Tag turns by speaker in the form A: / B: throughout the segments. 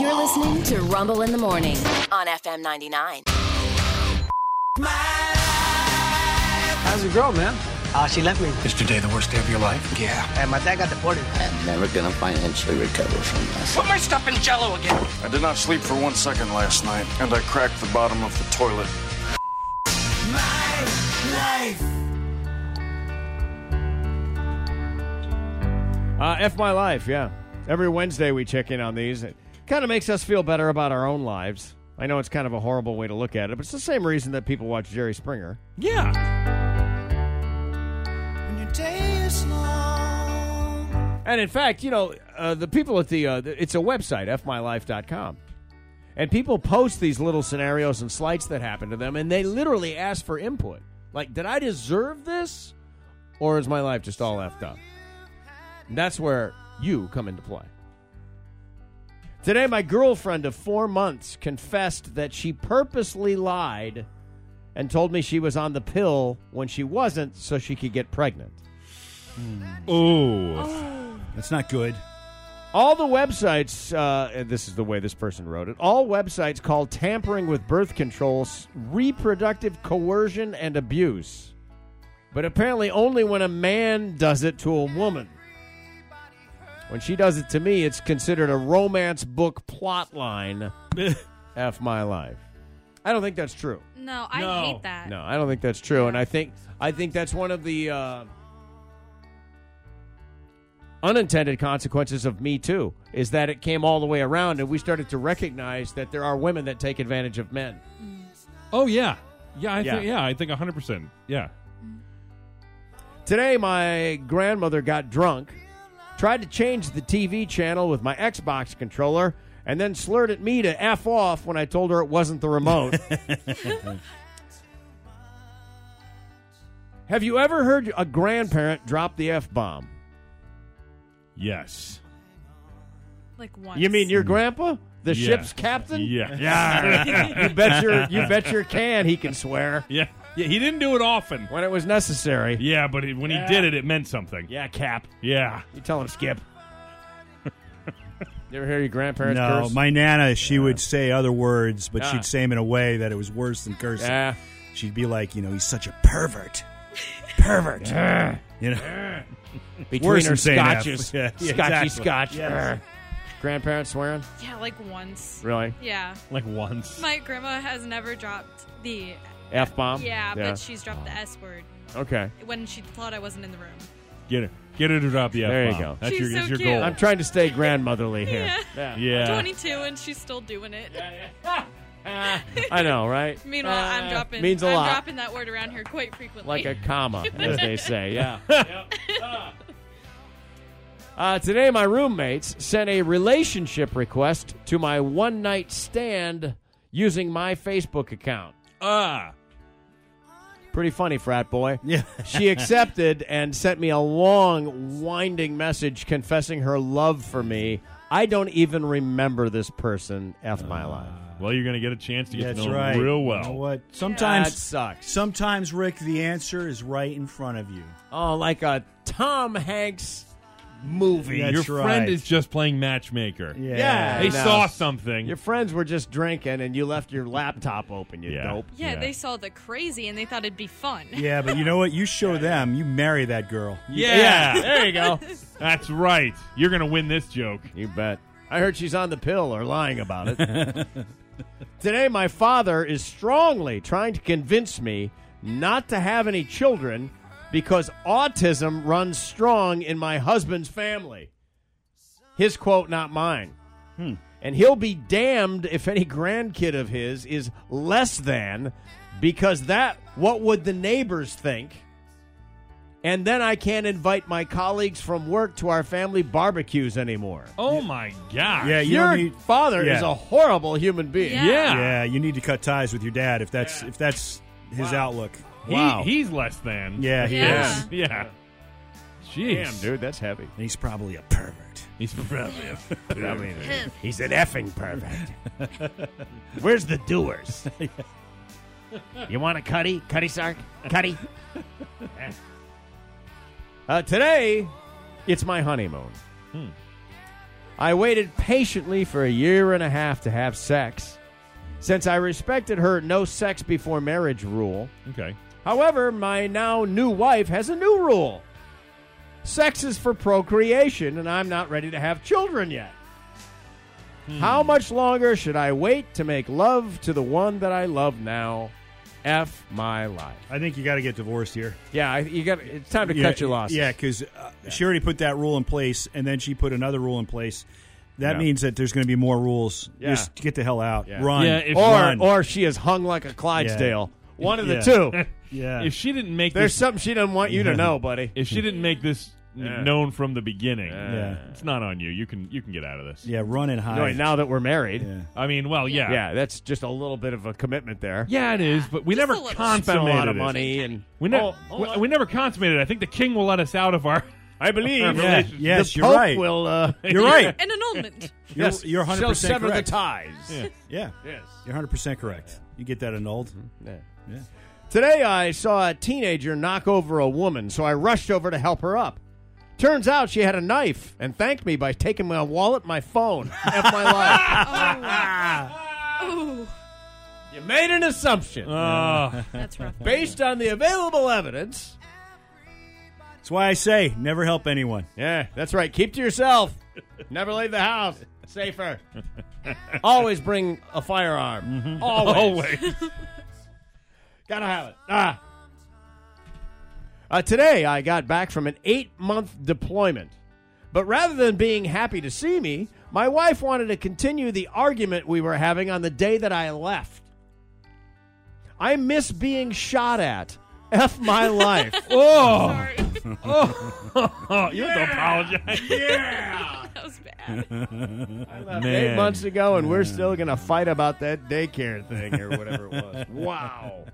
A: You're listening to Rumble in the Morning on FM 99.
B: How's your girl, man?
C: Uh, she left me.
D: Is today the worst day of your life? Yeah.
C: And my dad got deported.
E: I'm never gonna financially recover from this.
F: Put my stuff in jello again.
G: I did not sleep for one second last night, and I cracked the bottom of the toilet.
H: Uh, F My Life, yeah. Every Wednesday we check in on these. It kind of makes us feel better about our own lives. I know it's kind of a horrible way to look at it, but it's the same reason that people watch Jerry Springer.
B: Yeah.
H: And in fact, you know, uh, the people at the, uh, the- it's a website, fmylife.com. And people post these little scenarios and slights that happen to them, and they literally ask for input. Like, did I deserve this? Or is my life just all effed up? And that's where you come into play. Today, my girlfriend of four months confessed that she purposely lied and told me she was on the pill when she wasn't so she could get pregnant.
I: Ooh.
H: Oh.
I: That's not good.
H: All the websites, uh, and this is the way this person wrote it, all websites call tampering with birth control s- reproductive coercion and abuse. But apparently only when a man does it to a woman. When she does it to me, it's considered a romance book plot line. F my life. I don't think that's true.
J: No, I
I: No.
J: hate that.
H: No, I don't think that's true, and I think I think that's one of the uh, unintended consequences of Me Too is that it came all the way around, and we started to recognize that there are women that take advantage of men.
I: Oh yeah. Yeah, I
H: Yeah.
I: think yeah, I think 100%. Yeah.
H: Today, my grandmother got drunk, tried to change the TV channel with my Xbox controller, and then slurred at me to F off when I told her it wasn't the remote. Have you ever heard a grandparent drop the F bomb?
I: Yes.
J: Like once.
H: You mean your grandpa? The
I: Yeah.
H: ship's captain?
I: Yeah. Yeah.
H: You bet your you bet your can he can swear
I: yeah. Yeah, he didn't do it often.
H: when it was necessary.
I: Yeah, but it, when he did it, it meant something.
H: Yeah, Cap.
I: Yeah.
H: You tell him Skip. you ever hear your grandparents
I: No,
H: curse?
I: First-
K: My nana, she would say other words, but
H: Ah.
K: she'd say them in a way that it was worse than cursing.
H: yeah.
K: She'd be like, you know, he's such a pervert, pervert. you know,
H: Between
K: Worse
H: her
K: than saying F.
H: scotches.
K: Yeah, yeah,
H: Scotchy
K: exactly.
H: scotch. Grandparents swearing?
J: Yeah, like once.
H: Really?
J: Yeah.
I: Like once.
J: My grandma has never dropped the.
H: F bomb?
J: Yeah, but she's dropped the S word
H: Okay.
J: when she thought I wasn't in the room.
I: Get it. Get her to drop the F
H: There you go.
I: That's
J: She's
I: your,
J: so
I: that's your
J: cute.
I: goal.
H: I'm trying to stay grandmotherly here.
J: Yeah.
I: yeah.
J: 22 and she's still doing it.
H: I know, right? Uh,
J: Meanwhile, I'm dropping.
H: means a
J: I'm
H: lot.
J: dropping that word around here quite frequently.
H: like a comma, as they say. Yeah. Uh, today, my roommates sent a relationship request to my one night stand using my Facebook account.
I: Ah.
H: Pretty funny, frat boy.
K: Yeah.
H: she accepted and sent me a long, winding message confessing her love for me. I don't even remember this person. F
K: Ah.
H: my life.
I: Well, you're going to get a chance to get
K: that's
I: to know
K: right.
I: him real
K: You know
I: well.
K: what? Sometimes
H: That sucks.
K: Sometimes, Rick, the answer is right in front of you.
H: Oh, like a Tom Hanks movie.
K: That's
I: your friend
K: right.
I: is just playing matchmaker.
H: Yeah.
I: They
H: No.
I: saw something.
H: Your friends were just drinking and you left your laptop open, you
I: Yeah.
H: dope.
J: yeah,
I: Yeah.
J: they saw the crazy and they thought it'd be fun.
K: Yeah, but you know what? You show them. You marry that girl.
I: yeah.
H: There you go.
I: That's right. You're going to win this joke.
H: You bet. I heard she's on the pill or lying about it. Today, my father is strongly trying to convince me not to have any children because autism runs strong in my husband's family. His quote, not mine. And he'll be damned if any grandkid of his is less than because that, what would the neighbors think? And then I can't invite my colleagues from work to our family barbecues anymore.
I: Oh, my God.
K: Yeah, you
H: Your
K: don't need-
H: father
K: yeah.
H: is a horrible human being.
J: Yeah.
I: Yeah.
K: Yeah, you need to cut ties with your dad if that's if that's his outlook.
I: He,
H: Wow.
I: He's less than.
K: Yeah, he
J: Yeah.
K: is.
I: Yeah. Jeez.
H: Damn, dude, that's heavy.
K: And he's probably a pervert.
I: He's probably a
H: He's an effing pervert. Where's the doers? you want a cutty? Cutty Sark? Cutty? Hmm. uh, today, it's my honeymoon. I waited patiently for a year and a half to have sex. Since I respected her no sex before marriage rule,
I: Okay.
H: However, my now new wife has a new rule sex is for procreation, and I'm not ready to have children yet.
I: Hmm.
H: How much longer should I wait to make love to the one that I love now? F my life.
C: I think you got to get divorced here.
H: Yeah, I- you got. It's time to
C: yeah,
H: cut your losses.
C: Yeah, because uh, she already put that rule in place, and then she put another rule in place. That
I: Yeah.
C: means that there's going to be more rules.
H: Yeah.
C: Just get the hell out.
H: Yeah.
C: Run.
I: Yeah, if-
H: or
C: Run.
H: or she is hung like a Clydesdale. One of the two.
C: yeah.
I: If she didn't make
H: There's
I: this,
H: something she doesn't want you to know, buddy.
I: if she didn't make this n-
H: Yeah.
I: known from the beginning,
C: Yeah.
I: it's not on you. You can you can get out of this.
C: yeah, run and hide.
H: Right, now that we're married,
C: Yeah.
I: I mean, well, yeah,
H: yeah, that's just a little bit of a commitment there.
I: Yeah, it is. But we
J: Just
I: never
J: a little.
H: spend a
I: consummated
H: lot of
I: it.
H: money and
I: We, ne-
H: Oh, hold
I: we,
H: on.
I: we never consummated. it. I think the king will let us out of our.
H: I believe.
I: Yeah.
H: the
C: Yes, you're
H: Pope
C: right.
H: Will uh,
C: You're right.
J: An annulment.
C: You're, you're 100%
H: shall sever
C: correct.
H: the ties.
C: Yeah.
H: Yes.
C: You're 100% correct. You get that annulled.
H: Today I saw a teenager knock over a woman, so I rushed over to help her up. Turns out she had a knife and thanked me by taking my wallet, my phone, F my life.
J: Oh,
H: You made an assumption
I: Uh,
J: that's rough.
H: based on the available evidence.
C: That's why I say never help anyone.
H: Yeah, that's right. Keep to yourself. Never leave the house. Safer. Always bring a firearm. Mm-hmm. Always.
I: always.
H: Gotta have it. Ah. Uh, today, I got back from an eight month deployment. But rather than being happy to see me, my wife wanted to continue the argument we were having on the day that I left. I miss being shot at. F my life.
I: Oh,
J: Sorry.
I: oh, you have to apologize.
J: that was bad.
H: I left eight months ago, and we're still going to fight about that daycare thing or whatever it was. wow.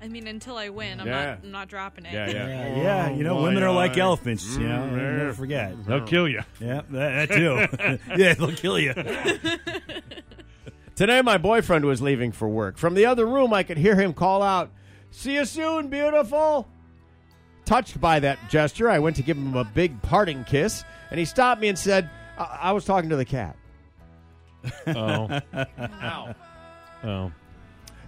J: I mean, until I win, I'm
H: Yeah.
J: not. I'm not dropping it.
C: Yeah, yeah. You know, women are like elephants. You know, never forget.
I: They'll kill you.
C: Yeah, that, that too. yeah, they'll kill you.
H: Today, my boyfriend was leaving for work. From the other room, I could hear him call out, See you soon, beautiful. Touched by that gesture, I went to give him a big parting kiss, and he stopped me and said, I, I was talking to the cat.
I: Oh, oh.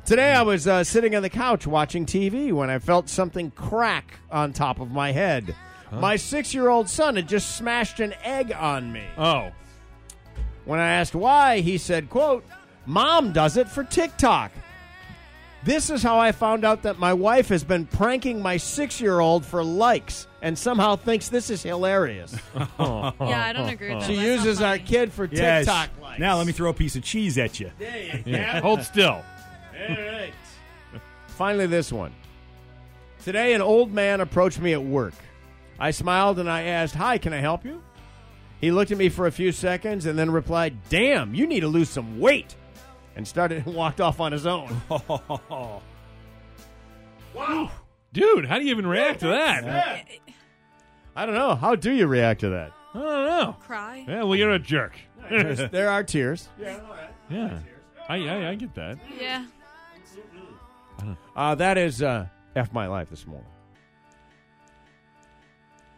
H: Today, I was uh, sitting on the couch watching TV when I felt something crack on top of my head. My six year old son had just smashed an egg on me.
I: Oh.
H: When I asked why, he said, quote, Mom does it for TikTok. This is how I found out that my wife has been pranking my six year old for likes and somehow thinks this is hilarious.
J: Yeah, I don't agree. with that.
H: She
J: That's not
H: uses our
J: funny.
H: kid for
C: Yes.
H: TikTok likes.
C: Now let me throw a piece of cheese at you.
I: Yeah. Hold still.
H: Finally, this one. Today, an old man approached me at work. I smiled and I asked, Hi, can I help you? He looked at me for a few seconds and then replied, Damn, you need to lose some weight. And started and walked off on his own.
I: Dude, how do you even react to that?
H: I don't know. How do you react to that?
I: I don't know.
J: Cry.
I: Yeah, well, you're a jerk.
H: There are tears.
I: Yeah. I, I, I get that.
J: Yeah.
H: Uh, that is uh, F My Life this morning.